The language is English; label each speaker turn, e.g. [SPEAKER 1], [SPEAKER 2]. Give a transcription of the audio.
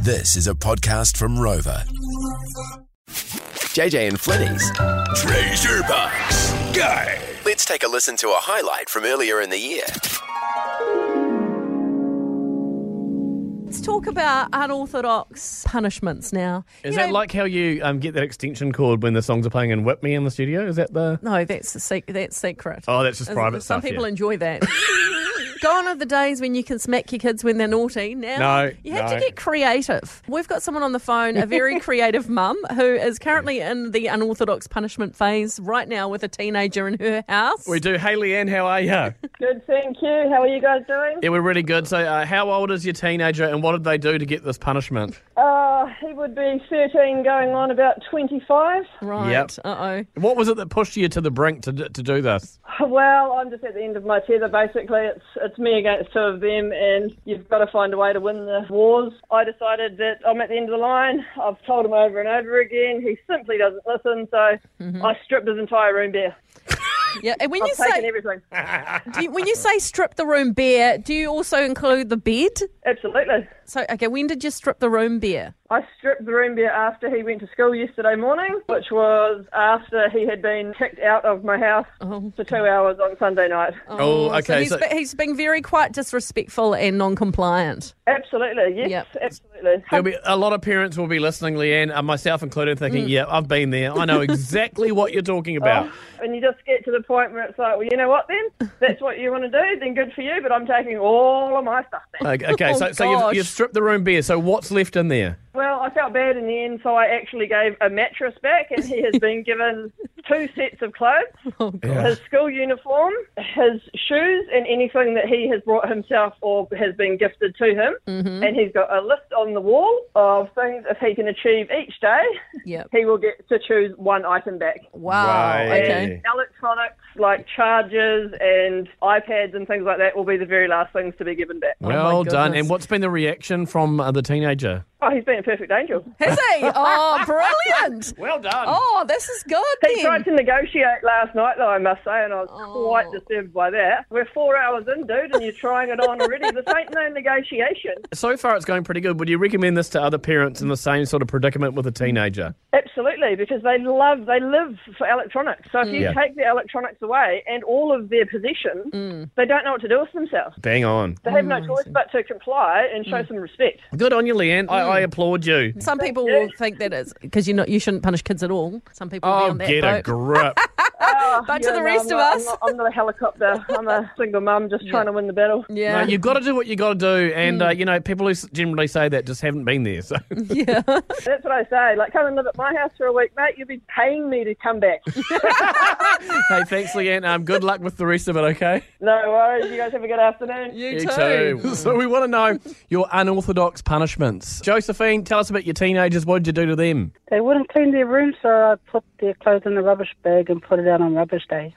[SPEAKER 1] This is a podcast from Rover. JJ and Flinny's Treasure Box. Go! Let's take a listen to a highlight from earlier in the year.
[SPEAKER 2] Let's talk about unorthodox punishments now.
[SPEAKER 3] Is
[SPEAKER 2] You
[SPEAKER 3] that
[SPEAKER 2] know-
[SPEAKER 3] like how you um, get that extension cord when the songs are playing in Whip Me in the studio? Is that the.
[SPEAKER 2] No, that's the sec- that's secret.
[SPEAKER 3] Oh, that's just
[SPEAKER 2] Is-
[SPEAKER 3] private
[SPEAKER 2] Some
[SPEAKER 3] stuff.
[SPEAKER 2] people
[SPEAKER 3] yeah.
[SPEAKER 2] enjoy that. Gone are the days when you can smack your kids when they're naughty. Now
[SPEAKER 3] No,
[SPEAKER 2] you have to
[SPEAKER 3] no.
[SPEAKER 2] get creative. We've got someone on the phone, a very creative mum who is currently in the unorthodox punishment phase right now with a teenager in her house.
[SPEAKER 3] we do. Hey, Leanne, how are you? yeah,
[SPEAKER 4] Good, thank you. How are you guys doing?
[SPEAKER 3] we're really good. So, uh, how old is your teenager and what did they do to get this punishment?
[SPEAKER 4] Uh, he would be 13 going on about 25.
[SPEAKER 2] Right.
[SPEAKER 3] Yep.
[SPEAKER 2] Uh oh.
[SPEAKER 3] What was it that pushed you to the brink to, d- to do this?
[SPEAKER 4] Well, I'm just at the end of my tether, basically. It's, it's me against two of them, and you've got to find a way to win the wars. I decided that I'm at the end of the line. I've told him over and over again. He simply doesn't listen, so I stripped his entire room bare.
[SPEAKER 2] Yeah. And when Mm-hmm. you
[SPEAKER 4] I've taken
[SPEAKER 2] say
[SPEAKER 4] everything.
[SPEAKER 2] do you, when you say strip the room bare, do you also include the bed?
[SPEAKER 4] Absolutely.
[SPEAKER 2] So okay, when did you strip the room bare?
[SPEAKER 4] I stripped the room bare after he went to school yesterday morning, which was after he had been kicked out of my house
[SPEAKER 2] Oh.
[SPEAKER 4] for two hours on Sunday night.
[SPEAKER 3] Oh,
[SPEAKER 2] So
[SPEAKER 3] okay.
[SPEAKER 2] he's,
[SPEAKER 3] So,
[SPEAKER 2] be- he's being very quite disrespectful and non-compliant.
[SPEAKER 4] Absolutely, yes,
[SPEAKER 2] Yep.
[SPEAKER 4] absolutely.
[SPEAKER 3] there'll be, a lot of parents will be listening, Leanne, uh, myself included,
[SPEAKER 2] Mm.
[SPEAKER 3] thinking, yeah, I've been there. I know exactly what you're talking about.
[SPEAKER 2] Oh,
[SPEAKER 4] And you just get to the point where it's like, well, you know what then? That's what you want to do, then good for you, but I'm taking all of my stuff back.
[SPEAKER 3] Okay, okay,
[SPEAKER 2] Oh,
[SPEAKER 3] so, so you've,
[SPEAKER 2] gosh.
[SPEAKER 3] you've stripped the room bare. So, what's left in there?
[SPEAKER 4] Well, I felt bad in the end, so I actually gave a mattress back, and he has been given two sets of clothes,
[SPEAKER 2] Oh, God.
[SPEAKER 3] Yeah.
[SPEAKER 4] his school uniform, his shoes, and anything that he has brought himself or has been gifted to him.
[SPEAKER 2] Mm-hmm.
[SPEAKER 4] And he's got a list on the wall of things if he can achieve each day,
[SPEAKER 2] Yep.
[SPEAKER 4] he will get to choose one item back.
[SPEAKER 2] Wow.
[SPEAKER 3] Right.
[SPEAKER 2] Okay.
[SPEAKER 4] And electronics like chargers and iPads and things like that will be the very last things to be given back.
[SPEAKER 3] Well done.
[SPEAKER 2] Oh, goodness.
[SPEAKER 3] And what's been the reaction from uh, the teenager?
[SPEAKER 4] Oh, he's been a perfect angel.
[SPEAKER 2] Has he? Oh, brilliant.
[SPEAKER 3] Well done.
[SPEAKER 2] Oh, this is good
[SPEAKER 4] He tried
[SPEAKER 2] then.
[SPEAKER 4] to negotiate last night, though, I must say, and I was
[SPEAKER 2] Oh.
[SPEAKER 4] quite disturbed by that. We're four hours in, dude, and you're trying it on already. This ain't no negotiation.
[SPEAKER 3] So far, it's going pretty good. Would you recommend this to other parents in the same sort of predicament with a teenager?
[SPEAKER 4] Absolutely, because they love, they live for electronics. So if you
[SPEAKER 3] Yeah.
[SPEAKER 4] take their electronics away and all of their possessions, they don't know what to do with themselves.
[SPEAKER 3] Bang on.
[SPEAKER 4] They have no choice but to comply and show some respect.
[SPEAKER 3] Good on you, Leanne. I,
[SPEAKER 2] Mm.
[SPEAKER 3] I applaud you.
[SPEAKER 2] Some people will think that it's because you not you shouldn't punish kids at all. Some people will be
[SPEAKER 3] Oh,
[SPEAKER 2] on that
[SPEAKER 3] get a
[SPEAKER 2] boat.
[SPEAKER 3] grip.
[SPEAKER 2] but to
[SPEAKER 4] Oh, Yeah,
[SPEAKER 2] the
[SPEAKER 4] no,
[SPEAKER 2] rest
[SPEAKER 4] I'm
[SPEAKER 2] of us,
[SPEAKER 4] not- I'm, not, I'm not a helicopter. I'm a single mum just trying to win the battle.
[SPEAKER 3] No,
[SPEAKER 2] yeah, Mm.
[SPEAKER 3] you've got to do what you got to do. And, uh, you know, people who s- generally say that just haven't been there. So.
[SPEAKER 2] yeah.
[SPEAKER 4] That's what I say. Like, come and live at my house for a week, mate. You'll be paying me to come back.
[SPEAKER 3] hey, thanks, Leanne. Um, good luck with the rest of it, okay?
[SPEAKER 4] no worries. You guys have a good afternoon.
[SPEAKER 2] You, Mm.
[SPEAKER 3] so we want to know your unorthodox punishments. Josephine, tell us about your teenagers. What did you do to them?
[SPEAKER 5] They wouldn't clean their room, so I put their clothes in a rubbish bag and put it out on rubbish day.